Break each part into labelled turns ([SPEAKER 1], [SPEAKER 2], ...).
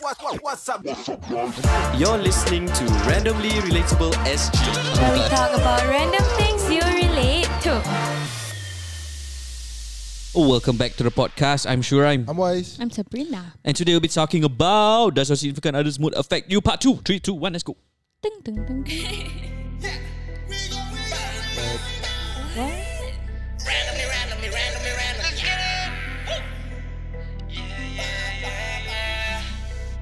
[SPEAKER 1] What, what, what's up?
[SPEAKER 2] You're listening to Randomly Relatable SG.
[SPEAKER 3] where we talk about random things you relate to.
[SPEAKER 4] Oh, Welcome back to the podcast. I'm Shuraim.
[SPEAKER 5] I'm wise.
[SPEAKER 3] I'm Sabrina.
[SPEAKER 4] And today we'll be talking about Does your significant other's mood affect you? Part 2. 3, 2, 1, let's go.
[SPEAKER 3] Ding, ding, ding.
[SPEAKER 6] randomly, randomly, randomly, randomly. Yeah. Woo. Yeah, yeah, yeah,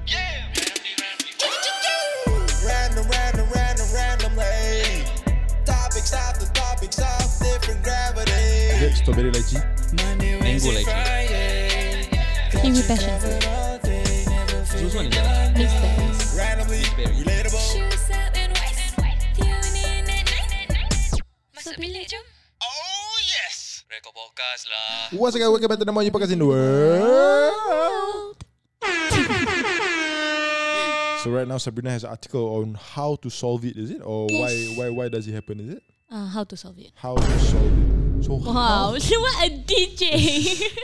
[SPEAKER 6] yeah. Yeah, randomly, randomly.
[SPEAKER 5] Random, random, random, randomly. Topics after topics of different gravity. strawberry lychee.
[SPEAKER 4] Mango like
[SPEAKER 3] Kiwi passion fruit.
[SPEAKER 4] Choose one in there.
[SPEAKER 3] Mixed berries.
[SPEAKER 5] Randomly relatable.
[SPEAKER 6] Shoes up and white and white. Tune in at night. Masuk bilik jom. Oh yes. Rekod podcast lah.
[SPEAKER 5] What's up, guys? Welcome back to the More You Podcast in the World. So right now, Sabrina has an article on how to solve it. Is it or why
[SPEAKER 3] Yes.
[SPEAKER 5] why why does it happen? Is it
[SPEAKER 3] Uh, how to solve it?
[SPEAKER 5] how to solve it? So
[SPEAKER 3] Wow,
[SPEAKER 5] how,
[SPEAKER 3] what a DJ!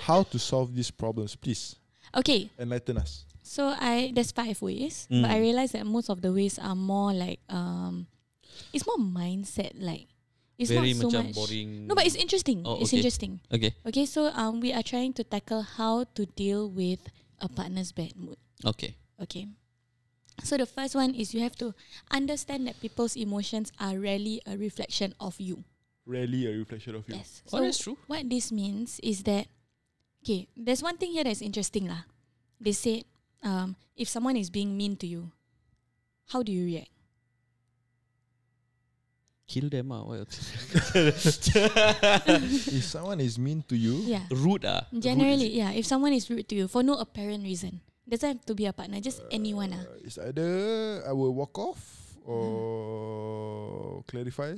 [SPEAKER 5] how to solve these problems? Please
[SPEAKER 3] okay,
[SPEAKER 5] enlighten us.
[SPEAKER 3] so I there's five ways, but
[SPEAKER 4] Mm.
[SPEAKER 3] I realized that most of the ways are more like um, it's more mindset like. It's
[SPEAKER 4] Very
[SPEAKER 3] not so
[SPEAKER 4] macam
[SPEAKER 3] much.
[SPEAKER 4] boring.
[SPEAKER 3] No, but it's interesting.
[SPEAKER 4] Oh,
[SPEAKER 3] it's
[SPEAKER 4] okay.
[SPEAKER 3] interesting.
[SPEAKER 4] Okay.
[SPEAKER 3] Okay, so um, we are trying to tackle how to deal with a partner's bad mood.
[SPEAKER 4] Okay.
[SPEAKER 3] Okay. So the first one is you have to understand that people's emotions are rarely a reflection of you.
[SPEAKER 5] Rarely a reflection of you.
[SPEAKER 3] Yes.
[SPEAKER 4] Oh, that's true.
[SPEAKER 3] What this means is that okay, there's one thing here that's interesting lah. They said um, if someone is being mean to you, how do you react?
[SPEAKER 4] Kill them ah. What else?
[SPEAKER 5] If someone is mean to you,
[SPEAKER 3] Yeah.
[SPEAKER 4] Rude ah.
[SPEAKER 3] Generally, yeah. If someone is rude to you for no apparent reason, doesn't have to be a partner, just anyone ah.
[SPEAKER 5] Uh, It's either I will walk off or
[SPEAKER 3] Mm-hmm.
[SPEAKER 5] clarify.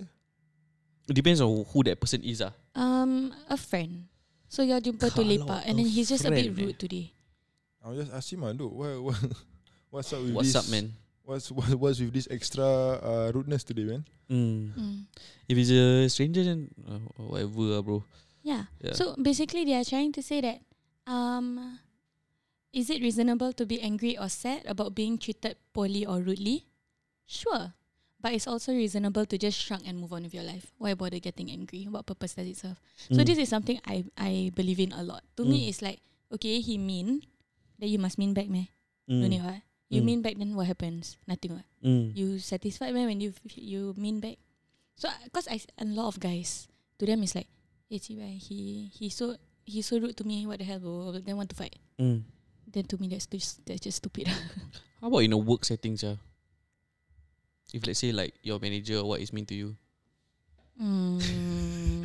[SPEAKER 4] Depends on who that person is ah.
[SPEAKER 3] Um, a friend. So you're jumpa to
[SPEAKER 4] Kalau
[SPEAKER 3] lepak and
[SPEAKER 4] a
[SPEAKER 3] then he's just a bit
[SPEAKER 4] friend, eh.
[SPEAKER 3] rude today.
[SPEAKER 5] I'll just ask him, ah, "Dude, what, what, what's up with
[SPEAKER 4] What's
[SPEAKER 5] this?
[SPEAKER 4] up, man?
[SPEAKER 5] What's what, what's with this extra uh, rudeness today, man?
[SPEAKER 4] Mm.
[SPEAKER 3] Mm.
[SPEAKER 4] If it's a stranger then uh, whatever ah, bro.
[SPEAKER 3] Yeah.
[SPEAKER 4] Yeah.
[SPEAKER 3] So basically, they are trying to say that um, is it reasonable to be angry or sad about being treated poorly or rudely? Sure. But it's also reasonable to just shrug and move on with your life. Why bother getting angry? What purpose does it serve? So
[SPEAKER 4] Mm.
[SPEAKER 3] this is something I, I believe in a lot. To
[SPEAKER 4] Mm.
[SPEAKER 3] me, it's like, okay, he mean, then you must mean back, meh?
[SPEAKER 4] Mm.
[SPEAKER 3] Don't you, what? You
[SPEAKER 4] Mm.
[SPEAKER 3] mean back, then what happens? Nothing, what?
[SPEAKER 4] Mm.
[SPEAKER 3] you satisfied man when you you mean back. So because I s- a lot of guys to them is like, hey, Chibai, he he so he so rude to me. What the hell? Bro? Then want to fight.
[SPEAKER 4] Mm.
[SPEAKER 3] Then to me that's just that's just stupid.
[SPEAKER 4] How about in a work setting yeah? If let's say like your manager or what is mean to you.
[SPEAKER 3] mm,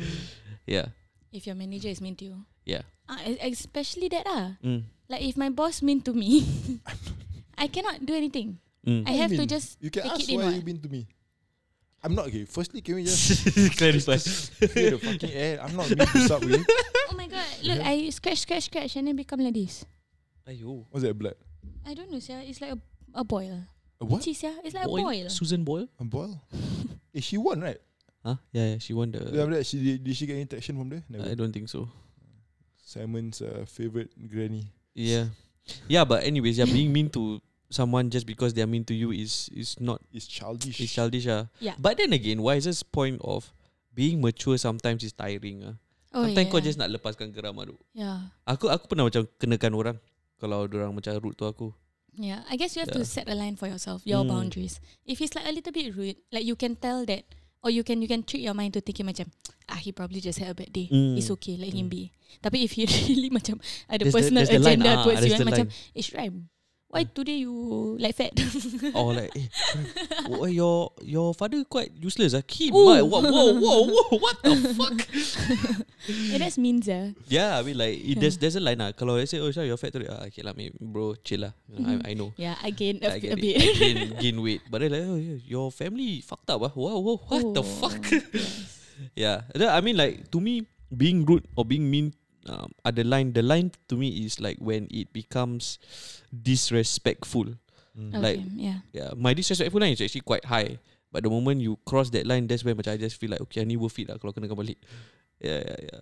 [SPEAKER 4] Yeah.
[SPEAKER 3] if your manager is mean to you,
[SPEAKER 4] Yeah.
[SPEAKER 3] ah, e- especially that ah,
[SPEAKER 4] Mm.
[SPEAKER 3] like if my boss mean to me, I cannot do anything.
[SPEAKER 4] Mm.
[SPEAKER 5] What
[SPEAKER 3] I
[SPEAKER 5] do you
[SPEAKER 3] have to
[SPEAKER 5] mean?
[SPEAKER 3] just
[SPEAKER 5] You can
[SPEAKER 3] take
[SPEAKER 5] ask
[SPEAKER 3] it in.
[SPEAKER 5] why
[SPEAKER 3] what?
[SPEAKER 5] you mean to me. I'm not okay. Firstly, can we just
[SPEAKER 4] Clarify.
[SPEAKER 5] clear the fucking air? I'm not mean to start with.
[SPEAKER 3] oh my god! Look, I scratch, scratch, scratch, and then become like this.
[SPEAKER 4] Ayo.
[SPEAKER 5] What's that blood?
[SPEAKER 3] I don't know, sia. It's like a a boil.
[SPEAKER 5] A what?
[SPEAKER 3] Cheese, yeah. It's like a lah. boil.
[SPEAKER 4] Susan Boyle?
[SPEAKER 5] A boil? eh, she won, right?
[SPEAKER 4] Huh? Yeah, yeah. She won the.
[SPEAKER 5] Then after that, she did, did she get any traction from
[SPEAKER 4] I
[SPEAKER 5] there? Never.
[SPEAKER 4] don't think so.
[SPEAKER 5] Simon's uh, favorite granny.
[SPEAKER 4] Yeah. Yeah, but anyways, yeah, being mean to someone just because they are mean to you is is not
[SPEAKER 5] It's childish.
[SPEAKER 4] is childish. ah.
[SPEAKER 3] Yeah.
[SPEAKER 4] But then again, wisest point of being mature sometimes is tiring. Ah.
[SPEAKER 3] Oh,
[SPEAKER 4] sometimes kau
[SPEAKER 3] yeah.
[SPEAKER 4] just nak lepaskan geram ah, duk.
[SPEAKER 3] yeah.
[SPEAKER 4] Aku aku pernah macam kenakan orang kalau orang macam rude tu aku.
[SPEAKER 3] Yeah, I guess you have to
[SPEAKER 4] Yeah.
[SPEAKER 3] set a line for yourself, your
[SPEAKER 4] Mm.
[SPEAKER 3] boundaries. If he's like a little bit rude, like you can tell that, or you can you can trick your mind to thinking macam, ah he probably just had a bad day.
[SPEAKER 4] Mm.
[SPEAKER 3] It's okay, let him be. Tapi if he really macam ada
[SPEAKER 4] There's the-
[SPEAKER 3] personal
[SPEAKER 4] there's the line,
[SPEAKER 3] agenda
[SPEAKER 4] ah,
[SPEAKER 3] towards you,
[SPEAKER 4] there's
[SPEAKER 3] and
[SPEAKER 4] the
[SPEAKER 3] macam, eh Shraim, why today you like fat?
[SPEAKER 4] Or like, eh, oh, your your father quite useless. Ah. Keep,
[SPEAKER 3] Ooh.
[SPEAKER 4] whoa, whoa, whoa, whoa, what the fuck?
[SPEAKER 3] eh, that's mean sir.
[SPEAKER 4] Yeah, I mean like it, there's there's a line lah. Kalau I say oh Syah, you're fat today, ah, okay lah, mate, bro, chill lah. You know, I, I know.
[SPEAKER 3] Yeah, again
[SPEAKER 4] I
[SPEAKER 3] a,
[SPEAKER 4] get it.
[SPEAKER 3] Mm-hmm. a bit.
[SPEAKER 4] I gain, gain weight. But then like, oh, yeah, your family fucked up. Ah. Wow, wow, what the
[SPEAKER 3] Oh,
[SPEAKER 4] fuck?
[SPEAKER 3] yes.
[SPEAKER 4] yeah. Then, I mean like to me, being rude or being mean um, are the line. The line to me is like when it becomes disrespectful.
[SPEAKER 5] Mm.
[SPEAKER 3] Okay,
[SPEAKER 4] Like-
[SPEAKER 3] yeah.
[SPEAKER 4] Yeah, my disrespectful line is actually quite high. But the moment you cross that line, that's when macam I just feel like okay, I ni worth it lah kalau kena kau balik. Yeah, yeah, yeah.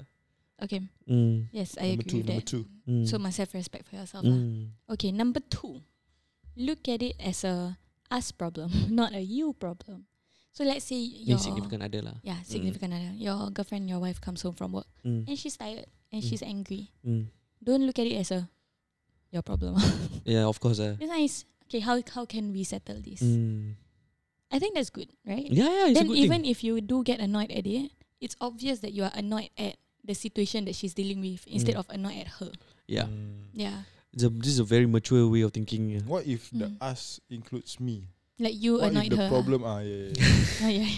[SPEAKER 3] Okay.
[SPEAKER 4] Mm,
[SPEAKER 3] Yes, I
[SPEAKER 5] number
[SPEAKER 3] agree
[SPEAKER 5] two,
[SPEAKER 3] with
[SPEAKER 5] number
[SPEAKER 3] that.
[SPEAKER 5] two.
[SPEAKER 4] mm,
[SPEAKER 3] So must have respect for yourself. lah.
[SPEAKER 4] mm.
[SPEAKER 3] Okay, number two. look at it as a us problem, not a you problem. So let's say your
[SPEAKER 4] Means significant other lah.
[SPEAKER 3] yeah significant other, your girlfriend, your wife comes home from work
[SPEAKER 4] Mm.
[SPEAKER 3] and she's tired and
[SPEAKER 4] Mm.
[SPEAKER 3] she's angry.
[SPEAKER 4] Mm.
[SPEAKER 3] Don't look at it as a your problem.
[SPEAKER 4] Yeah, of course. Uh.
[SPEAKER 3] it's nice. Okay, how how can we settle this?
[SPEAKER 4] Mm.
[SPEAKER 3] I think that's good, right?
[SPEAKER 4] Yeah, yeah, it's a
[SPEAKER 3] then
[SPEAKER 4] good
[SPEAKER 3] even
[SPEAKER 4] thing.
[SPEAKER 3] if you do get annoyed at it, it's obvious that you are annoyed at the situation that she's dealing with instead
[SPEAKER 4] Mm.
[SPEAKER 3] of annoyed at her.
[SPEAKER 4] Yeah,
[SPEAKER 5] Mm.
[SPEAKER 3] Yeah.
[SPEAKER 4] it's a, this is a very mature way of thinking.
[SPEAKER 5] What if the
[SPEAKER 3] Mm.
[SPEAKER 5] us includes me?
[SPEAKER 3] Like you
[SPEAKER 5] what if
[SPEAKER 3] annoyed
[SPEAKER 5] the
[SPEAKER 3] her.
[SPEAKER 5] problem? Ah, yeah, yeah,
[SPEAKER 3] Oh, yeah.
[SPEAKER 5] yeah.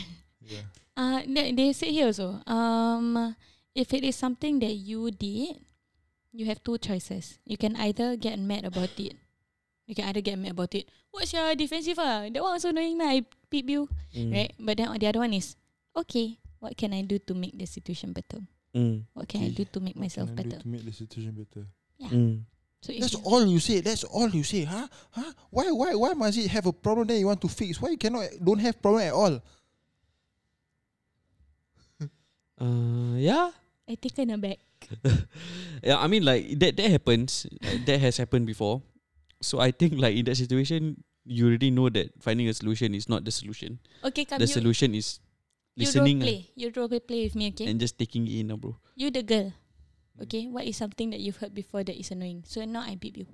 [SPEAKER 5] yeah.
[SPEAKER 3] Uh, they, they said here also. Um, if it is something that you did, you have two choices. You can either get mad about it. You can either get mad about it. What's your defensive? Ah, that one also annoying. mah, I peep you,
[SPEAKER 4] Mm.
[SPEAKER 5] Hmm.
[SPEAKER 3] right? But then the other one is okay. What can I do to make the situation better?
[SPEAKER 4] Mm.
[SPEAKER 3] What can I do
[SPEAKER 5] Okay.
[SPEAKER 3] to make
[SPEAKER 5] What
[SPEAKER 3] myself
[SPEAKER 5] can I do
[SPEAKER 3] better?
[SPEAKER 5] to make the situation better.
[SPEAKER 3] Yeah.
[SPEAKER 4] Mm.
[SPEAKER 3] So if
[SPEAKER 5] That's
[SPEAKER 3] you-
[SPEAKER 5] all you say. That's all you say, huh? Huh? Why? Why? Why must it have a problem that you want to fix? Why you cannot don't have problem at all?
[SPEAKER 4] Uh, yeah.
[SPEAKER 3] I taken aback.
[SPEAKER 4] Yeah, I mean like that that happens. Like, that has happened before. So I think like in that situation, you already know that finding a solution is not the solution.
[SPEAKER 3] Okay, come
[SPEAKER 4] the
[SPEAKER 3] you,
[SPEAKER 4] solution is
[SPEAKER 3] you
[SPEAKER 4] listening
[SPEAKER 3] role
[SPEAKER 4] ah,
[SPEAKER 3] play. You role play with me, okay?
[SPEAKER 4] and just taking it in, ah, bro.
[SPEAKER 3] you the girl. Okay, what is something that you've heard before that is annoying? So now I beep you.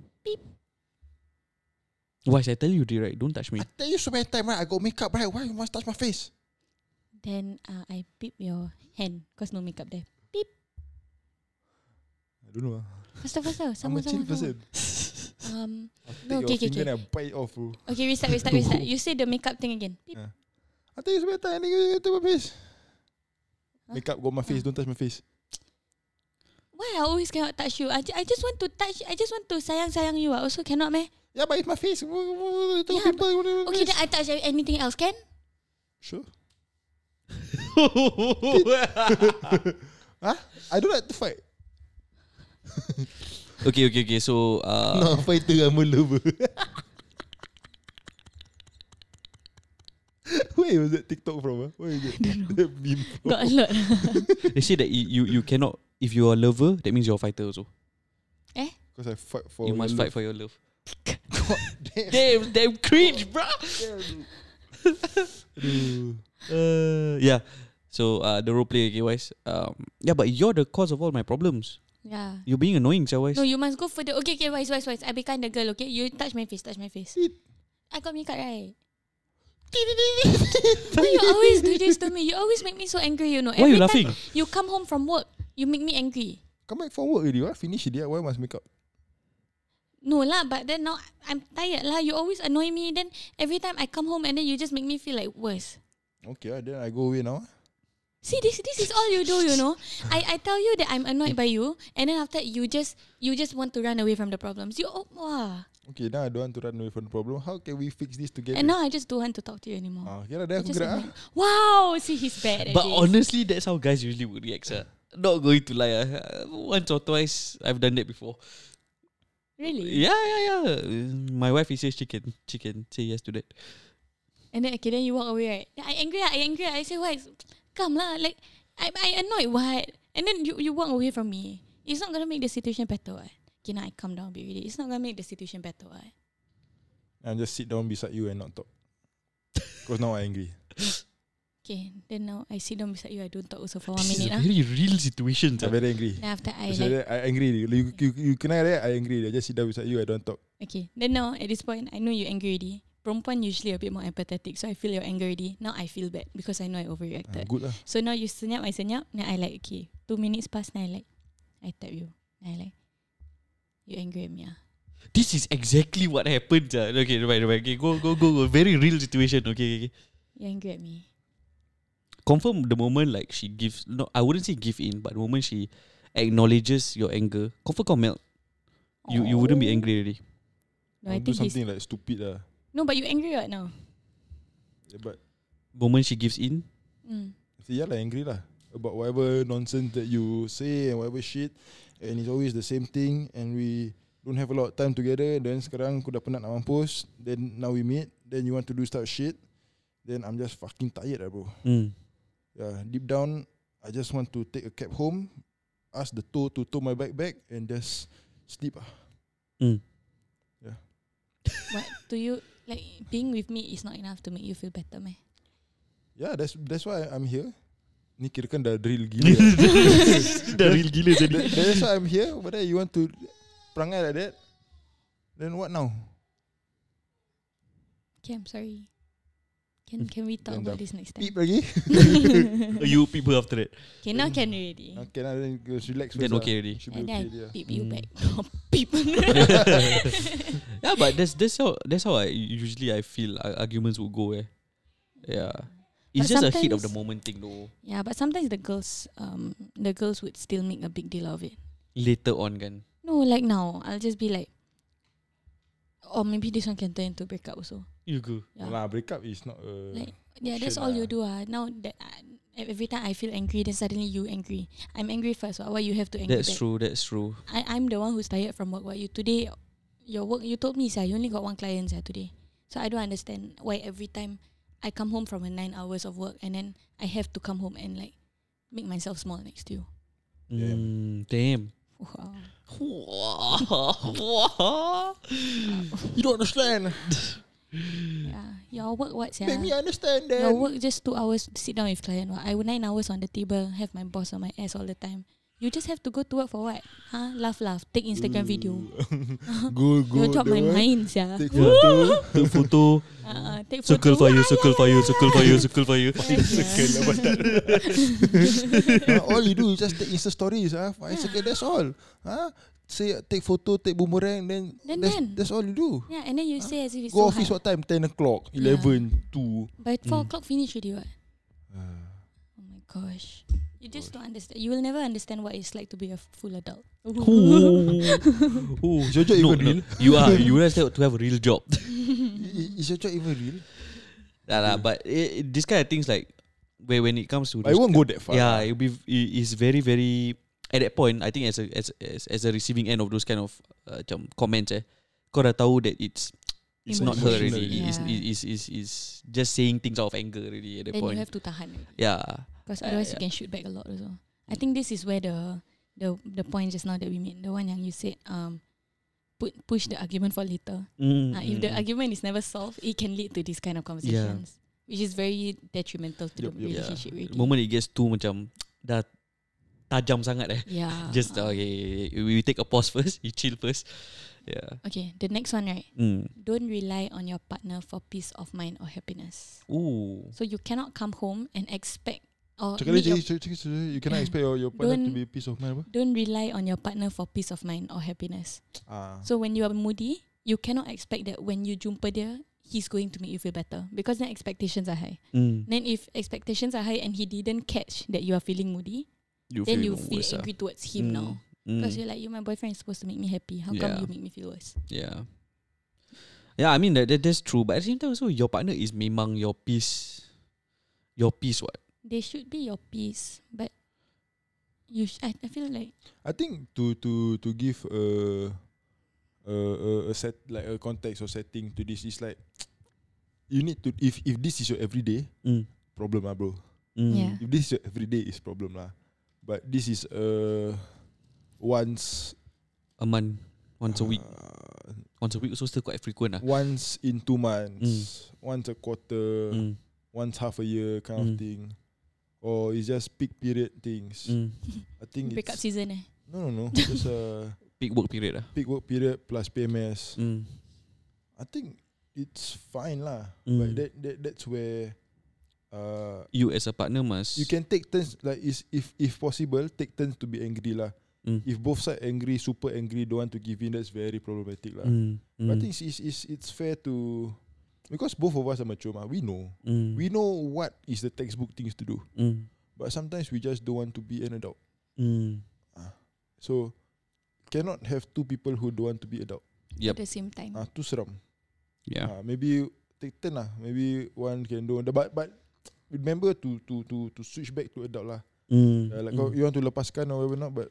[SPEAKER 4] Why I tell you, dear, right? Don't touch me.
[SPEAKER 5] I tell you so many times, right? I got makeup, right? Why you must touch my face?
[SPEAKER 3] Then uh, I beep your hand because no makeup there.
[SPEAKER 5] I don't know. ah.
[SPEAKER 3] Faster, faster. Sama, sama, sama. Um,
[SPEAKER 5] I'll
[SPEAKER 3] No, okay, okay, okay.
[SPEAKER 5] and I'll bite it off, bro.
[SPEAKER 3] okay, restart, restart, restart. You say the makeup thing again. Beep.
[SPEAKER 5] I tell you so many times, nigga, you touch my face.
[SPEAKER 3] Huh?
[SPEAKER 5] Makeup got my face, don't touch my face.
[SPEAKER 3] Why I always cannot touch you? I, ju- I just want to touch. I just want to sayang sayang you. I also cannot meh.
[SPEAKER 5] Yeah, but it's my face. Wha- wha- wha- you tell
[SPEAKER 3] Yeah,
[SPEAKER 5] people you wanna do
[SPEAKER 3] Okay,
[SPEAKER 5] this.
[SPEAKER 3] then I touch anything else can?
[SPEAKER 5] Sure. Huh? I don't like to fight.
[SPEAKER 4] okay, okay, okay. So, uh,
[SPEAKER 3] Oh,
[SPEAKER 5] no, fighter, I'm a lover. Where was that TikTok from? Huh? Where is it? That meme. from?
[SPEAKER 3] Got a lot.
[SPEAKER 4] they say that you, you you cannot if you are a lover, that means you're a fighter also.
[SPEAKER 5] Because I fight for
[SPEAKER 4] you
[SPEAKER 5] my
[SPEAKER 4] must
[SPEAKER 5] love.
[SPEAKER 4] fight for your love.
[SPEAKER 5] God damn.
[SPEAKER 4] Damn, damn cringe, bro.
[SPEAKER 5] Aduh.
[SPEAKER 4] Uh, yeah. So uh, the role play, okay, wise. Um, yeah, but you're the cause of all my problems.
[SPEAKER 3] yeah.
[SPEAKER 4] You're being annoying, so wise.
[SPEAKER 3] No, you must go for the okay, okay, wise, wise, wise. I become the girl, okay? You touch my face, touch my face.
[SPEAKER 5] Beep.
[SPEAKER 3] I got makeup, right? Why you always do this to me? You always make me so angry, you know.
[SPEAKER 4] Why you
[SPEAKER 3] Every
[SPEAKER 4] laughing?
[SPEAKER 3] time you come home from work, you make me angry.
[SPEAKER 5] Come back from work already. What? Finish already. ah? Why must make up?
[SPEAKER 3] No lah, but then now I'm tired lah. You always annoy me. Then every time I come home and then you just make me feel like worse.
[SPEAKER 5] Okay, ah, then I go away now.
[SPEAKER 3] See this this is all you do, you know. I, I tell you that I'm annoyed by you and then after that you just you just want to run away from the problems. You oh, wah.
[SPEAKER 5] Okay, now I don't want to run away from the problem. How can we fix this together?
[SPEAKER 3] And now I just don't want to talk to you anymore.
[SPEAKER 5] Ah, okay lah, then
[SPEAKER 3] I
[SPEAKER 5] aku
[SPEAKER 3] just
[SPEAKER 5] gerak ah.
[SPEAKER 3] annoyed. Wow, see he's bad at
[SPEAKER 4] But
[SPEAKER 3] this.
[SPEAKER 4] honestly, that's how guys usually would react. Sir. Not going to lie. Uh, once or twice, I've done that before.
[SPEAKER 3] really?
[SPEAKER 4] Yeah, yeah, yeah. Uh, My wife, he says she can, she can say yes to that.
[SPEAKER 3] And then okay, then you walk away, right? Then I angry, ah, I angry. ah. I say why? Come lah, like I I annoyed what? And then you you walk away from me. It's not gonna make the situation better. What? Okay, now I calm down a bit really. It's not gonna make the situation better. What?
[SPEAKER 5] And just sit down beside you and not talk. Because now I angry.
[SPEAKER 3] Okay, then now I sit down beside you. I don't talk also for one
[SPEAKER 4] this is
[SPEAKER 3] minute.
[SPEAKER 4] a
[SPEAKER 3] Ah.
[SPEAKER 4] very real situation.
[SPEAKER 5] I'm
[SPEAKER 4] Sir.
[SPEAKER 5] very angry.
[SPEAKER 3] Then after
[SPEAKER 5] I,
[SPEAKER 3] I like
[SPEAKER 5] I angry. already. You, you, you kena there, I angry. already. I just sit down beside you, I don't talk.
[SPEAKER 3] okay. Then now at this point, I know you angry already. Perempuan usually a bit more empathetic, so I feel your anger already. Now I feel bad because I know I
[SPEAKER 5] Ah,
[SPEAKER 3] overreacted.
[SPEAKER 5] good lah.
[SPEAKER 3] So now you senyap, I senyap. Then I like, okay, two minutes pass. Then I like, I tap you. Then I like, you angry at me ah?
[SPEAKER 4] This is exactly what happened. Sir. Okay, right, right. Okay, go, go, go, go. Very real situation. Okay, okay, okay.
[SPEAKER 3] You angry at me?
[SPEAKER 4] Confirm the moment like she gives. No, I wouldn't say give in, but the moment she acknowledges your anger, confirm can melt. You, you wouldn't be angry already.
[SPEAKER 3] No,
[SPEAKER 5] I'll
[SPEAKER 3] I
[SPEAKER 5] do
[SPEAKER 3] think he's
[SPEAKER 5] something like stupid lah.
[SPEAKER 3] no, but you angry right now.
[SPEAKER 5] Yeah, But
[SPEAKER 4] Moment she gives in,
[SPEAKER 3] Mm.
[SPEAKER 5] so yeah lah, angry lah. About whatever nonsense that you say and whatever shit. And it's always the same thing. And we don't have a lot of time together. Then sekarang aku dah penat nak mampus. Then now we meet. Then you want to do stuff shit. Then I'm just fucking tired lah bro.
[SPEAKER 4] mm.
[SPEAKER 5] Yeah, deep down, I just want to take a cab home, ask the
[SPEAKER 4] mm.
[SPEAKER 5] tow to tow my bike back, and just sleep. ah.
[SPEAKER 3] What do you like? Being with me is not enough to make you feel better, meh?
[SPEAKER 5] Yeah, that's that's why I'm here. Ni kirakan dah drill gila. That-
[SPEAKER 4] Dah real gila jadi
[SPEAKER 5] that- that's why I'm here. But then you want to perangai like that? Then what now?
[SPEAKER 3] Okay, I'm sorry. Can can we talk
[SPEAKER 5] Then
[SPEAKER 3] about
[SPEAKER 5] dah
[SPEAKER 3] this next time?
[SPEAKER 5] Peep lagi?
[SPEAKER 4] You people after that
[SPEAKER 3] Okay, now can already.
[SPEAKER 5] Okay, nah, then go relax first
[SPEAKER 4] Then
[SPEAKER 5] lah.
[SPEAKER 4] okay already
[SPEAKER 5] Should be
[SPEAKER 3] And
[SPEAKER 5] okay
[SPEAKER 3] then
[SPEAKER 5] dia.
[SPEAKER 3] I peep you
[SPEAKER 4] Mm.
[SPEAKER 3] back. peep.
[SPEAKER 4] Yeah but that's that's how That's how I Usually I feel ar- Arguments would go eh Yeah It's
[SPEAKER 3] But
[SPEAKER 4] just a heat of the
[SPEAKER 3] sometimes-
[SPEAKER 4] moment thing though
[SPEAKER 3] yeah, but sometimes the girls, um, the girls would still make a big deal of it.
[SPEAKER 4] Later on kan
[SPEAKER 3] No, like now, I'll just be like, or maybe this one can turn into breakup also.
[SPEAKER 4] You go
[SPEAKER 5] No
[SPEAKER 3] Yeah.
[SPEAKER 5] lah, break up is not a...
[SPEAKER 3] Like, yeah,
[SPEAKER 5] Shit
[SPEAKER 3] that's all you
[SPEAKER 5] lah.
[SPEAKER 3] do. Ah, now that I, every time I feel angry, then suddenly you angry. I'm angry first. What? Why you have to angry?
[SPEAKER 4] That's
[SPEAKER 3] back?
[SPEAKER 4] true That's true
[SPEAKER 3] I, I'm the one who's tired from work. What you today, your work. You told me, sir, you only got one client, sir, today. So I don't understand why every time I come home from a nine hours of work and then I have to come home and like make myself small next to you.
[SPEAKER 5] Yeah.
[SPEAKER 4] mm, Damn
[SPEAKER 3] Wow.
[SPEAKER 5] You don't
[SPEAKER 4] Mm.
[SPEAKER 5] understand.
[SPEAKER 3] Yeah, your work what's
[SPEAKER 5] Make me
[SPEAKER 3] yeah.
[SPEAKER 5] understand
[SPEAKER 3] Your
[SPEAKER 5] then.
[SPEAKER 3] work just two hours sit down with client. What I would nine hours on the table, have my boss on my ass all the time. You just have to go to work for what? Huh? Laugh, laugh. Take Instagram video.
[SPEAKER 5] go, Mm. go.
[SPEAKER 3] you drop
[SPEAKER 5] the
[SPEAKER 3] my
[SPEAKER 5] one.
[SPEAKER 3] mind, yeah.
[SPEAKER 5] Take photo.
[SPEAKER 4] Took photo
[SPEAKER 3] Uh, take
[SPEAKER 4] Circle
[SPEAKER 3] photo.
[SPEAKER 4] fire Circle fire Circle fire Circle fire
[SPEAKER 3] Circle,
[SPEAKER 5] Ah, all you do is just take Insta stories. Ah, five
[SPEAKER 3] Yeah.
[SPEAKER 5] second, that's all. Ah, say take photo, take boomerang, then,
[SPEAKER 3] Then
[SPEAKER 5] that's,
[SPEAKER 3] done.
[SPEAKER 5] that's all you do.
[SPEAKER 3] Yeah, and then you say as if it's
[SPEAKER 5] Go
[SPEAKER 3] so
[SPEAKER 5] office
[SPEAKER 3] hard.
[SPEAKER 5] what time? 10 o'clock,
[SPEAKER 3] Yeah.
[SPEAKER 5] 11, 2.
[SPEAKER 3] By four
[SPEAKER 4] Mm. Uh.
[SPEAKER 3] o'clock finish already what?
[SPEAKER 5] Ah.
[SPEAKER 3] Oh my gosh. You just don't understand. You will never understand what it's like to be a full adult.
[SPEAKER 4] Ooh.
[SPEAKER 5] Jojo
[SPEAKER 4] no,
[SPEAKER 5] even
[SPEAKER 4] no.
[SPEAKER 5] real?
[SPEAKER 4] You are you have to to have a real job.
[SPEAKER 5] I- Is your job even real?
[SPEAKER 4] nah, nah, but it, it- this kind of things like where when it comes to
[SPEAKER 5] I
[SPEAKER 4] those-
[SPEAKER 5] won't go that far.
[SPEAKER 4] yeah, it'll be it is very very at that point I think as a as as, as a receiving end of those kind of uh, macam comments eh, kau dah tahu that it's it's not her
[SPEAKER 5] Emotional.
[SPEAKER 4] already. It's,
[SPEAKER 3] Yeah.
[SPEAKER 4] it's, it's, it's just saying things out of anger really at that
[SPEAKER 3] Then you
[SPEAKER 4] point.
[SPEAKER 3] have to tahan.
[SPEAKER 4] yeah.
[SPEAKER 3] Because
[SPEAKER 4] Uh,
[SPEAKER 3] otherwise you
[SPEAKER 4] yeah.
[SPEAKER 3] can shoot back a lot also. I think this is where the the the point just now that we made, the one yang you said, um put push the argument for later.
[SPEAKER 4] Mm,
[SPEAKER 3] Uh, if the
[SPEAKER 4] mm, mm.
[SPEAKER 3] argument is never solved, it can lead to these kind of conversations. Which is very detrimental
[SPEAKER 5] Yup,
[SPEAKER 3] to the
[SPEAKER 5] yup.
[SPEAKER 3] relationship
[SPEAKER 4] yeah.
[SPEAKER 3] really.
[SPEAKER 4] moment it gets too macam dah tajam sangat eh.
[SPEAKER 3] Yeah. Uh,
[SPEAKER 4] Just okay, we take a pause first, you chill first. Yeah.
[SPEAKER 3] Okay, the next one, right?
[SPEAKER 4] Mm.
[SPEAKER 3] Don't rely on your partner for peace of mind or happiness.
[SPEAKER 4] Ooh.
[SPEAKER 3] So you cannot come home and expect or
[SPEAKER 5] Cakap
[SPEAKER 3] meet
[SPEAKER 5] lagi,
[SPEAKER 3] your,
[SPEAKER 5] cakap- cakap- cakap. you cannot expect your, your partner to
[SPEAKER 3] Oh, Don't-
[SPEAKER 5] be peace of mind apa?
[SPEAKER 3] don't rely on your partner for peace of mind or happiness.
[SPEAKER 5] Ah.
[SPEAKER 3] So when you are moody, you cannot expect that when you jumpa dia, he's going to make you feel better because then expectations are high.
[SPEAKER 4] Mm.
[SPEAKER 3] Then if expectations are high and he didn't catch that you are feeling moody,
[SPEAKER 4] You
[SPEAKER 3] then you
[SPEAKER 4] even
[SPEAKER 3] feel
[SPEAKER 4] worse, ah.
[SPEAKER 3] angry towards
[SPEAKER 4] Mm,
[SPEAKER 3] him now
[SPEAKER 4] mm,
[SPEAKER 3] because you're like, you my boyfriend is supposed to make me happy. How
[SPEAKER 4] Yeah.
[SPEAKER 3] come you make me feel worse?
[SPEAKER 4] yeah. Yeah, I mean that, that that's true, but at the same time also your partner is memang your peace, your peace what?
[SPEAKER 3] They should be your peace, but you. Sh- I, I feel like
[SPEAKER 5] I think to to to give a a, a, a set like a context or setting to this is like you need to if if this is your everyday
[SPEAKER 4] Mm.
[SPEAKER 5] problem lah bro.
[SPEAKER 4] Mm.
[SPEAKER 3] Yeah.
[SPEAKER 5] If this is your everyday is problem lah. But this is a once
[SPEAKER 4] A month, once a week,
[SPEAKER 5] uh,
[SPEAKER 4] once a week also still quite frequent ah.
[SPEAKER 5] once in two months, once a quarter,
[SPEAKER 4] Mm.
[SPEAKER 5] once half a year kind of
[SPEAKER 4] Mm.
[SPEAKER 5] thing. Or it's just peak period things.
[SPEAKER 4] Mm.
[SPEAKER 5] I think
[SPEAKER 3] breakup
[SPEAKER 5] it's
[SPEAKER 3] season. Eh.
[SPEAKER 5] no no no. It's a
[SPEAKER 4] Big work period ah.
[SPEAKER 5] peak work period plus PMS.
[SPEAKER 4] Mm.
[SPEAKER 5] I think it's fine lah.
[SPEAKER 4] Mm.
[SPEAKER 5] But that, that that's where uh
[SPEAKER 4] You as a partner must
[SPEAKER 5] you can take turns like is if if possible take turns to be angry lah.
[SPEAKER 4] Mm.
[SPEAKER 5] If both side angry, super angry, don't want to give in, that's very problematic lah.
[SPEAKER 4] Mm. Mm.
[SPEAKER 5] But I think it's, it's it's it's fair to because both of us are mature mah. We know
[SPEAKER 4] mm.
[SPEAKER 5] we know what is the textbook things to do.
[SPEAKER 4] mm.
[SPEAKER 5] But sometimes we just don't want to be an adult.
[SPEAKER 4] Mm.
[SPEAKER 5] So cannot have two people who don't want to be adult.
[SPEAKER 4] Yep.
[SPEAKER 3] At the same time.
[SPEAKER 5] Ah, too seram.
[SPEAKER 4] Yeah.
[SPEAKER 5] Uh, maybe take turn lah. Maybe one can do. But but remember to to to to switch back to adult lah.
[SPEAKER 4] Mm.
[SPEAKER 5] Uh, like
[SPEAKER 4] mm.
[SPEAKER 5] kau- you want to lepaskan or whatever not, but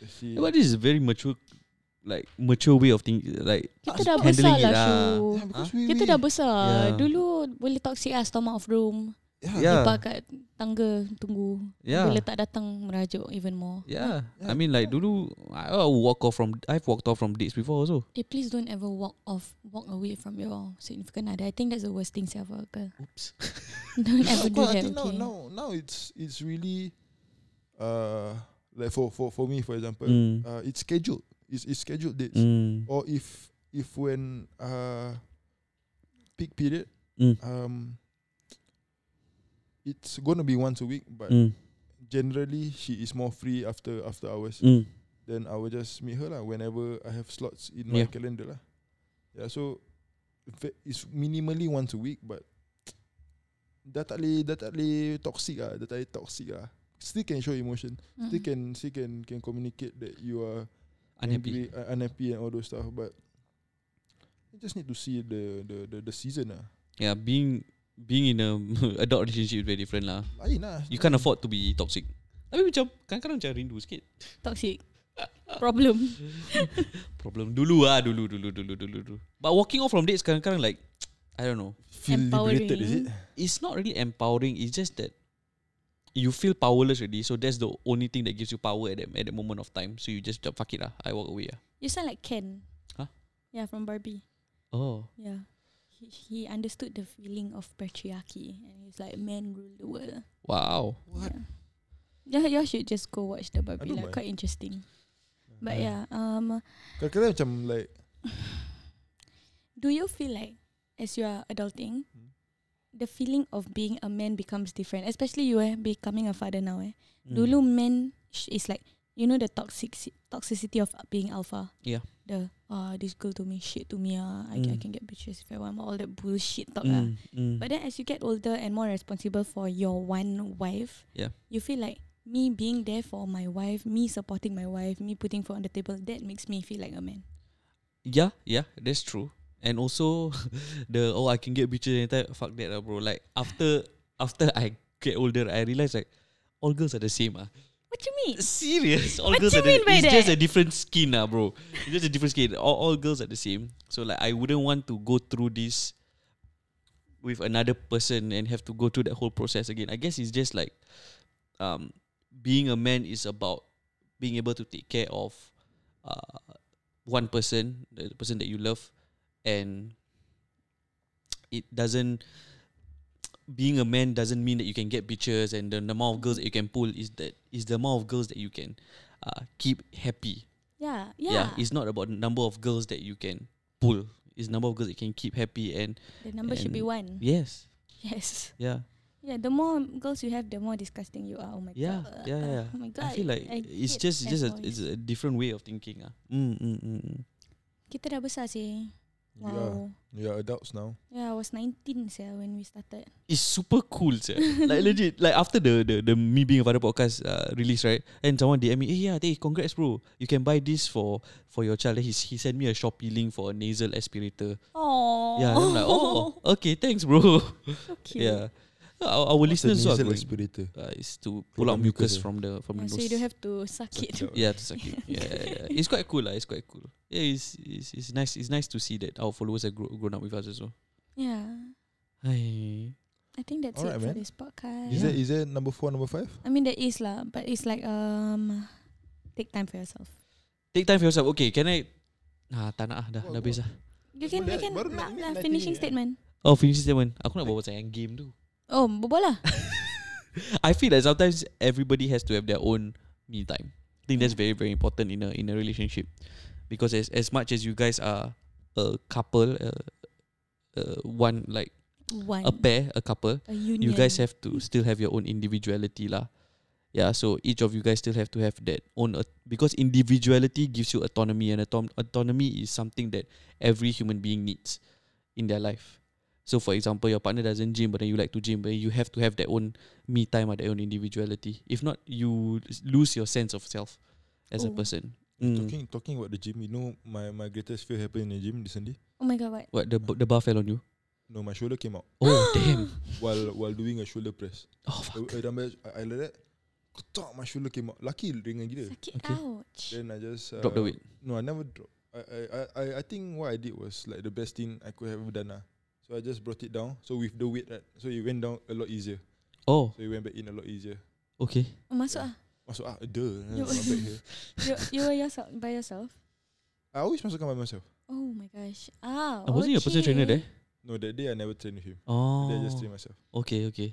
[SPEAKER 5] let's see.
[SPEAKER 4] Yeah, But this is a very mature, like mature way of thinking. Like
[SPEAKER 3] Kita dah
[SPEAKER 4] handling
[SPEAKER 3] besar
[SPEAKER 4] it
[SPEAKER 3] lah
[SPEAKER 4] lah.
[SPEAKER 3] Shu
[SPEAKER 5] Yeah, because we,
[SPEAKER 3] Kita
[SPEAKER 5] we,
[SPEAKER 3] dah besar
[SPEAKER 4] Yeah.
[SPEAKER 3] Dulu boleh toxic lah Stomach of room
[SPEAKER 4] Yeah.
[SPEAKER 3] Lepak kat tangga tunggu.
[SPEAKER 4] Yeah.
[SPEAKER 3] Bila tak datang merajuk even more.
[SPEAKER 4] Yeah. I mean like dulu I oh, I walk off from I've walked off from dates before also.
[SPEAKER 3] Eh, please don't ever walk off, walk away from your significant other. I think that's the worst thing ever, for a girl.
[SPEAKER 4] Oops.
[SPEAKER 3] Don't ever do
[SPEAKER 5] But I
[SPEAKER 3] that,
[SPEAKER 5] think now,
[SPEAKER 3] okay?
[SPEAKER 5] now, now it's it's really, uh, like for for for me for example,
[SPEAKER 4] Mm.
[SPEAKER 5] uh, it's scheduled. It's it's scheduled dates.
[SPEAKER 4] Mm.
[SPEAKER 5] Or if if when uh, peak period,
[SPEAKER 4] Mm.
[SPEAKER 5] um, it's gonna be once a week, but
[SPEAKER 4] Mm.
[SPEAKER 5] generally she is more free after after hours.
[SPEAKER 4] Mm.
[SPEAKER 5] Then I will just meet her lah whenever I have slots in my
[SPEAKER 4] Yeah.
[SPEAKER 5] calendar lah. Yeah, so ve- it's minimally once a week, but dah tak leh dah tak leh toxic ah, dah tak leh toxic ah. Still can show emotion,
[SPEAKER 3] Mm.
[SPEAKER 5] still can still can can communicate that you are
[SPEAKER 4] Unhappy.
[SPEAKER 5] angry, uh, unhappy and all those stuff, but you just need to see the the the, the season ah.
[SPEAKER 4] Yeah, being being in a adult relationship is very different lah.
[SPEAKER 5] Lain lah.
[SPEAKER 4] You can't afford to be toxic. Tapi macam kadang-kadang macam rindu sikit.
[SPEAKER 3] Toxic. Problem.
[SPEAKER 4] Problem dulu ah, dulu dulu dulu dulu dulu. But walking off from dates kadang-kadang like I don't know.
[SPEAKER 5] feel liberated is it?
[SPEAKER 4] It's not really empowering. It's just that you feel powerless already. So that's the only thing that gives you power at that at that moment of time. So you just macam, fuck it lah. I walk away ah.
[SPEAKER 3] You sound like Ken.
[SPEAKER 4] Huh?
[SPEAKER 3] Yeah, from Barbie.
[SPEAKER 4] Oh.
[SPEAKER 3] Yeah. He, he understood the feeling of patriarchy and he's like, men rule the world.
[SPEAKER 4] Wow.
[SPEAKER 3] Yeah, y'all should just go watch the Barbie.
[SPEAKER 5] don't
[SPEAKER 3] Like,
[SPEAKER 5] mind.
[SPEAKER 3] quite interesting. But yeah,
[SPEAKER 5] Yeah.
[SPEAKER 3] um,
[SPEAKER 5] Kadang-kadang macam like
[SPEAKER 3] do you feel like as you are adulting,
[SPEAKER 5] Hmm.
[SPEAKER 3] the feeling of being a man becomes different, especially you eh, becoming a father now. Eh,
[SPEAKER 4] Mm. Hmm.
[SPEAKER 3] dulu men sh- is like you know the toxic toxicity of being alpha.
[SPEAKER 4] Yeah.
[SPEAKER 3] The ah this girl to me shit to me ah I, I
[SPEAKER 4] Mm.
[SPEAKER 3] can get bitches if I want all that bullshit talk ah.
[SPEAKER 4] Mm, mm.
[SPEAKER 3] But then as you get older and more responsible for your one wife,
[SPEAKER 4] Yeah.
[SPEAKER 3] you feel like me being there for my wife, me supporting my wife, me putting food on the table, that makes me feel like a man.
[SPEAKER 4] Yeah, yeah, Ya, that's true. And also the oh I can get bitches anytime. Fuck that lah, bro. Like after after I get older, I realize like all girls are the same ah.
[SPEAKER 3] What you mean?
[SPEAKER 4] Serious, all
[SPEAKER 3] What
[SPEAKER 4] girls are
[SPEAKER 3] you
[SPEAKER 4] the,
[SPEAKER 3] mean by
[SPEAKER 4] It's just
[SPEAKER 3] that?
[SPEAKER 4] a different skin ah, bro. It's just a different skin. All, all girls are the same. So like I wouldn't want to go through this with another person and have to go through that whole process again. I guess it's just like um being a man is about being able to take care of uh, one person, the the person that you love, and it doesn't. Being a man doesn't mean that you can get bitches and the, the amount of girls that you can pull is that is the amount of girls that you can uh, keep happy.
[SPEAKER 3] Yeah, yeah.
[SPEAKER 4] it's not about the number of girls that you can pull. It's number of girls that you can keep happy and
[SPEAKER 3] the number should be
[SPEAKER 4] and-
[SPEAKER 3] one.
[SPEAKER 4] yes,
[SPEAKER 3] Yes.
[SPEAKER 4] yeah.
[SPEAKER 3] Yeah, the more girls you have, the more disgusting you are. Oh my
[SPEAKER 4] Yeah,
[SPEAKER 3] god.
[SPEAKER 4] yeah, yeah, yeah.
[SPEAKER 3] Oh my god.
[SPEAKER 4] I feel like
[SPEAKER 3] I
[SPEAKER 4] it's
[SPEAKER 3] hate
[SPEAKER 4] just it's just a,
[SPEAKER 3] fanboys.
[SPEAKER 4] it's a different way of thinking. Ah, mm, mm, mm, mm.
[SPEAKER 3] Kita dah besar sih.
[SPEAKER 5] we are
[SPEAKER 3] Wow.
[SPEAKER 5] we are adults now.
[SPEAKER 3] Yeah, I was 19 sih when we started.
[SPEAKER 4] It's super cool, sir. like legit. Like after the the the me being a father podcast uh, release, right? And someone DM me, hey yeah, hey, congrats, bro. You can buy this for for your child. Then he he sent me a Shopee link for a nasal aspirator.
[SPEAKER 3] Oh.
[SPEAKER 4] Yeah, and I'm like, oh, okay, thanks, bro.
[SPEAKER 3] so cute.
[SPEAKER 4] yeah, our, our
[SPEAKER 5] What's a
[SPEAKER 4] listeners are
[SPEAKER 5] nasal
[SPEAKER 4] going,
[SPEAKER 5] aspirator?
[SPEAKER 4] uh, is to
[SPEAKER 5] Pull
[SPEAKER 4] pull out
[SPEAKER 5] out
[SPEAKER 4] mucus
[SPEAKER 5] mucus, eh?
[SPEAKER 4] from the from the
[SPEAKER 3] Yeah, Oh, so
[SPEAKER 4] nose.
[SPEAKER 3] you don't have to suck it.
[SPEAKER 5] Suck it out.
[SPEAKER 4] Yeah, to suck it. Yeah, yeah, yeah. it's quite cool, lah. It's quite cool. Yeah, it's, it's it's nice. It's nice to see that our followers have grow, grown up with us as well.
[SPEAKER 3] Yeah.
[SPEAKER 4] Hi.
[SPEAKER 3] I think that's
[SPEAKER 5] Alright,
[SPEAKER 3] it for
[SPEAKER 5] man.
[SPEAKER 3] this podcast.
[SPEAKER 5] Is there is there number four, number five?
[SPEAKER 3] I mean there is lah, but it's like um take time for yourself.
[SPEAKER 4] Take time for yourself. Okay, can I? Ah, tak nak ah, dah, dah habis ah.
[SPEAKER 3] You can you
[SPEAKER 5] Boleh,
[SPEAKER 3] can
[SPEAKER 5] baru nak-
[SPEAKER 3] nak
[SPEAKER 5] ini
[SPEAKER 3] lah
[SPEAKER 5] nak ini,
[SPEAKER 3] finishing
[SPEAKER 5] eh?
[SPEAKER 3] statement.
[SPEAKER 4] Oh, finish this one. Aku nak bawa pasal yang game tu.
[SPEAKER 3] Oh, berbual lah.
[SPEAKER 4] I feel that sometimes everybody has to have their own me time. I think that's very very important in a in a relationship because as as much as you guys are a couple, uh, uh, one like
[SPEAKER 3] One.
[SPEAKER 4] a pair, a couple,
[SPEAKER 3] A union.
[SPEAKER 4] you guys have to still have your own individuality lah. Yeah, so each of you guys still have to have that own aut- because individuality gives you autonomy and autom- autonomy is something that every human being needs in their life. So for example, your partner doesn't gym but then you like to gym, but you have to have that own me time or that own individuality. If not, you s- lose your sense of self as a
[SPEAKER 3] Oh.
[SPEAKER 4] person. Mm.
[SPEAKER 5] Talking talking about the gym, you know my, my greatest fear happened in the gym recently.
[SPEAKER 3] Oh my god, what?
[SPEAKER 4] What the b- the bar fell on you?
[SPEAKER 5] No, my shoulder came out
[SPEAKER 4] Oh damn!
[SPEAKER 5] while while doing a shoulder press.
[SPEAKER 4] Oh
[SPEAKER 5] I,
[SPEAKER 4] fuck!
[SPEAKER 5] I, dumbbell, I, I like that. Ketak, my shoulder came out. Lucky dengan gila.
[SPEAKER 3] Sakit
[SPEAKER 4] Okay.
[SPEAKER 3] ouch.
[SPEAKER 5] Then I just uh,
[SPEAKER 4] Drop the weight.
[SPEAKER 5] No, I never drop. I, I, I- I, I think what I did was like the best thing I could have done. ah. So I just brought it down. So with the weight, right? So it went down a lot easier.
[SPEAKER 4] Oh,
[SPEAKER 5] So we went back in a lot easier.
[SPEAKER 4] okay.
[SPEAKER 3] Oh, masuk ah.
[SPEAKER 5] Masuk ah, duh.
[SPEAKER 3] You-
[SPEAKER 5] Masuk back here.
[SPEAKER 3] You, you were yourself by yourself.
[SPEAKER 5] I always masukkan by myself.
[SPEAKER 3] Oh my gosh. Ah.
[SPEAKER 4] I wasn't your personal trainer there.
[SPEAKER 3] okay.
[SPEAKER 5] No, that day I never trained with him.
[SPEAKER 4] Oh.
[SPEAKER 5] Then I just trained myself.
[SPEAKER 4] Okay, okay.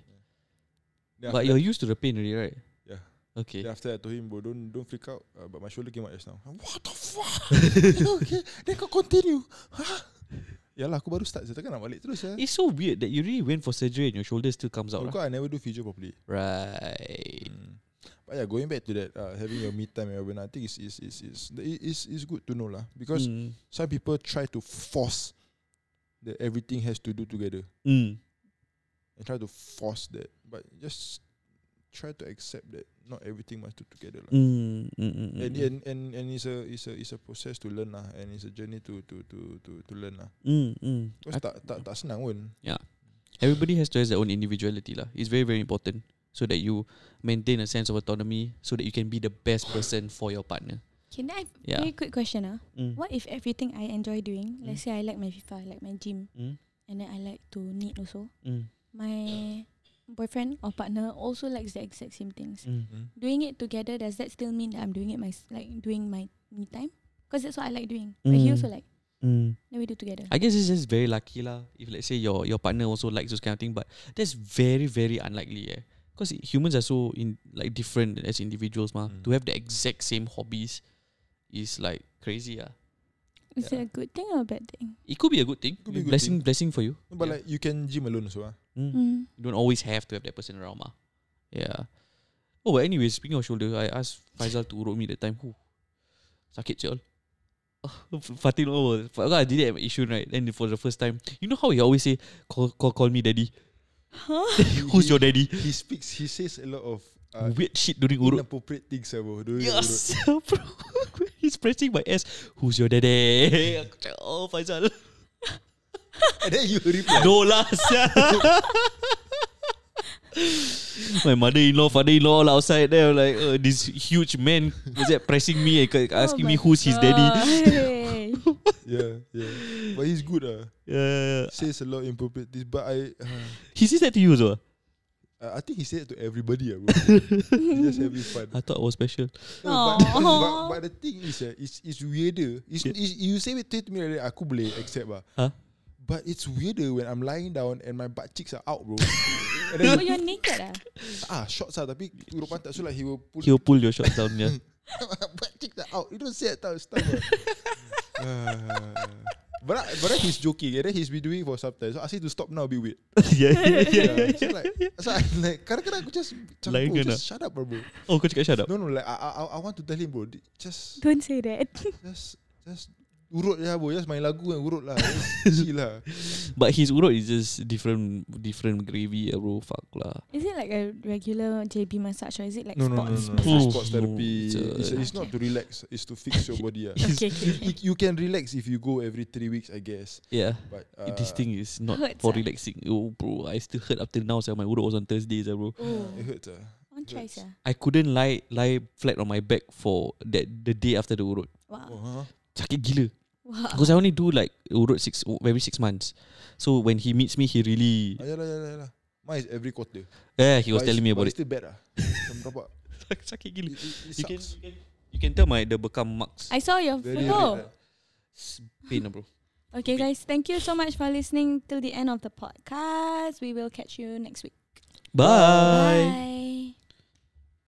[SPEAKER 5] Then
[SPEAKER 4] but
[SPEAKER 5] after
[SPEAKER 4] you're used to the pain already, right?
[SPEAKER 5] Yeah.
[SPEAKER 4] Okay.
[SPEAKER 5] Then after I told him, bro, don't don't freak out. Uh, but my shoulder came out just now. I'm, What the fuck? okay, then kau continue. Huh? Yalah, Ya lah, aku baru start. Saya takkan nak balik terus ya.
[SPEAKER 4] It's so weird that you really went for surgery and your shoulder still comes out. Eh,
[SPEAKER 5] Oh,
[SPEAKER 4] lah. Eh.
[SPEAKER 5] Because I never do physio properly.
[SPEAKER 4] Right.
[SPEAKER 5] Mm. But yeah, going back to that, uh, having your me time and your I think it's it's it's it's it's, it's good to know lah. Because
[SPEAKER 4] Mm.
[SPEAKER 5] some people try to force that everything has to do together
[SPEAKER 4] Mm.
[SPEAKER 5] and try to force that, but just try to accept that not everything must do together lah.
[SPEAKER 4] Mm. Mm. Mm.
[SPEAKER 5] And,
[SPEAKER 4] mm,
[SPEAKER 5] and and and it's a it's a it's a process to learn lah, and it's a journey to to to to to learn lah.
[SPEAKER 4] Mm. Mm. I-
[SPEAKER 5] Because tak tak tak senang pun.
[SPEAKER 4] Everybody has to has their own individuality lah. It's very very important so that you maintain a sense of autonomy so that you can be the best person for your partner.
[SPEAKER 3] Can I
[SPEAKER 4] Yeah.
[SPEAKER 3] very quick question ah?
[SPEAKER 4] Mm.
[SPEAKER 3] What if everything I enjoy doing, let's say I like my FIFA, I like my gym,
[SPEAKER 4] Mm.
[SPEAKER 3] and then I like to knit also.
[SPEAKER 4] Mm.
[SPEAKER 3] My boyfriend or partner also likes the exact same things.
[SPEAKER 4] Mm.
[SPEAKER 5] Hmm.
[SPEAKER 3] Doing it together, does that still mean that I'm doing it my like doing my me time? Because that's what I like doing. But he
[SPEAKER 4] Mm.
[SPEAKER 3] also like.
[SPEAKER 4] Mm.
[SPEAKER 3] Then we do together.
[SPEAKER 4] I guess it's just very lucky lah. If let's say your your partner also likes those kind of thing, but that's very very unlikely. Yeah, because humans are so in like different as individuals, ma.
[SPEAKER 5] Mm.
[SPEAKER 4] To have the exact same hobbies is like crazy. Yeah,
[SPEAKER 3] Is
[SPEAKER 4] Yeah.
[SPEAKER 3] it a good thing or a bad thing?
[SPEAKER 4] it could be a good thing.
[SPEAKER 5] Could be a good
[SPEAKER 4] blessing
[SPEAKER 5] thing.
[SPEAKER 4] blessing for you.
[SPEAKER 5] No, But
[SPEAKER 4] Yeah.
[SPEAKER 5] like you can gym alone so ah.
[SPEAKER 4] Mm.
[SPEAKER 3] Mm.
[SPEAKER 4] You don't always have to have that person around, ma. Yeah. Oh, but anyway, speaking of shoulder, I asked Faizal to urut me that time. Who? Sakit sial. Fatin over. Because I did it at Yishun, right? Then for the first time, you know how he always say, call, call, call me daddy.
[SPEAKER 3] Huh?
[SPEAKER 4] Who's your daddy?
[SPEAKER 5] He speaks. He says a lot of uh,
[SPEAKER 4] Weird shit during urut.
[SPEAKER 5] inappropriate things ah, bro. During urut.
[SPEAKER 4] Yes, bro. He's pressing my ass. Who's your daddy? Aku cakap, oh, Faizal.
[SPEAKER 5] And then you ah. reply.
[SPEAKER 4] No lah, sia. My mother-in-law, father-in-law all outside there like uh, this huge man was that pressing me and ca-
[SPEAKER 3] Oh
[SPEAKER 4] asking me who's his daddy.
[SPEAKER 3] daddy.
[SPEAKER 5] yeah, yeah. But he's good ah.
[SPEAKER 4] Yeah,
[SPEAKER 5] Says a lot of inappropriate things. But I, uh,
[SPEAKER 4] he says that to you, so
[SPEAKER 5] I- I think he said it to everybody ah, bro. He just having fun.
[SPEAKER 4] I thought I was special.
[SPEAKER 5] No, but, but,
[SPEAKER 3] Aww.
[SPEAKER 5] but the thing is, eh, it's it's weirder. It's,
[SPEAKER 4] Yeah.
[SPEAKER 5] it's, you say it to me like that, aku boleh accept ah.
[SPEAKER 4] Huh?
[SPEAKER 5] But it's weirder when I'm lying down and my butt cheeks are out, bro. and
[SPEAKER 3] oh,
[SPEAKER 5] then
[SPEAKER 3] you're naked ah?
[SPEAKER 5] ah shots ah, tapi urut pantat so like he will pull
[SPEAKER 4] He'll pull your shorts down, yeah.
[SPEAKER 5] butt cheeks are out. You don't say that type of stuff. ah. Ah. Uh, But I- but then he's joking, and then he's been doing it for some time. So I say to stop now, a bit weird.
[SPEAKER 4] yeah, yeah, yeah.
[SPEAKER 5] Yeah. so like, so I like, kadang-kadang aku just, macam,
[SPEAKER 4] Lain kan
[SPEAKER 5] bro,
[SPEAKER 4] kena.
[SPEAKER 5] just shut up, bro.
[SPEAKER 4] Oh, kau cakap shut up.
[SPEAKER 5] No, no, like I, I, I- I want to tell him, bro, just
[SPEAKER 3] Don't say that.
[SPEAKER 5] Just Just Urut je lah bro Just main lagu and urut lah Just chill lah
[SPEAKER 4] But his urut is just different different gravy, uh, bro. Fuck lah.
[SPEAKER 3] Is it like a regular JB massage or is it like
[SPEAKER 5] No no no, no, no.
[SPEAKER 3] sports?
[SPEAKER 4] Oh,
[SPEAKER 5] It's sports
[SPEAKER 4] no,
[SPEAKER 5] therapy
[SPEAKER 4] it's a-
[SPEAKER 5] it's, a, it's not to relax It's to fix your body lah
[SPEAKER 3] Okay, okay, okay.
[SPEAKER 5] You can relax if you go every three weeks I guess
[SPEAKER 4] Yeah.
[SPEAKER 5] But uh,
[SPEAKER 4] this thing is not
[SPEAKER 3] hurts,
[SPEAKER 4] for
[SPEAKER 3] ah.
[SPEAKER 4] relaxing. Oh, bro. I still hurt up till now, so my urut was on Thursdays, uh, bro.
[SPEAKER 3] Oh,
[SPEAKER 5] It hurts lah
[SPEAKER 3] one try sia.
[SPEAKER 4] I couldn't lie lie flat on my back for that the day after the urut.
[SPEAKER 5] oh,
[SPEAKER 3] Wow.
[SPEAKER 5] huh?
[SPEAKER 4] Sakit gila.
[SPEAKER 3] Wow.
[SPEAKER 4] Because I only do like urut six every six months. So when he meets me, he really
[SPEAKER 5] ah, Yalah yalah yalah Mine is every quarter
[SPEAKER 4] yeah he was
[SPEAKER 5] But
[SPEAKER 4] telling me
[SPEAKER 5] it's- but
[SPEAKER 4] about
[SPEAKER 5] it's
[SPEAKER 4] it.
[SPEAKER 5] still bad lah Macam rabak
[SPEAKER 4] Sakit
[SPEAKER 5] It,
[SPEAKER 4] gila.
[SPEAKER 5] it, it
[SPEAKER 4] You can,
[SPEAKER 5] sucks
[SPEAKER 4] you can you can tell my the bekam marks.
[SPEAKER 3] I saw your
[SPEAKER 5] Very bad
[SPEAKER 3] photo.
[SPEAKER 5] lah.
[SPEAKER 4] It's pain, ah, bro.
[SPEAKER 3] Okay, guys, thank you so much for listening till the end of the podcast. We will catch you next week.
[SPEAKER 4] Bye.
[SPEAKER 3] Bye.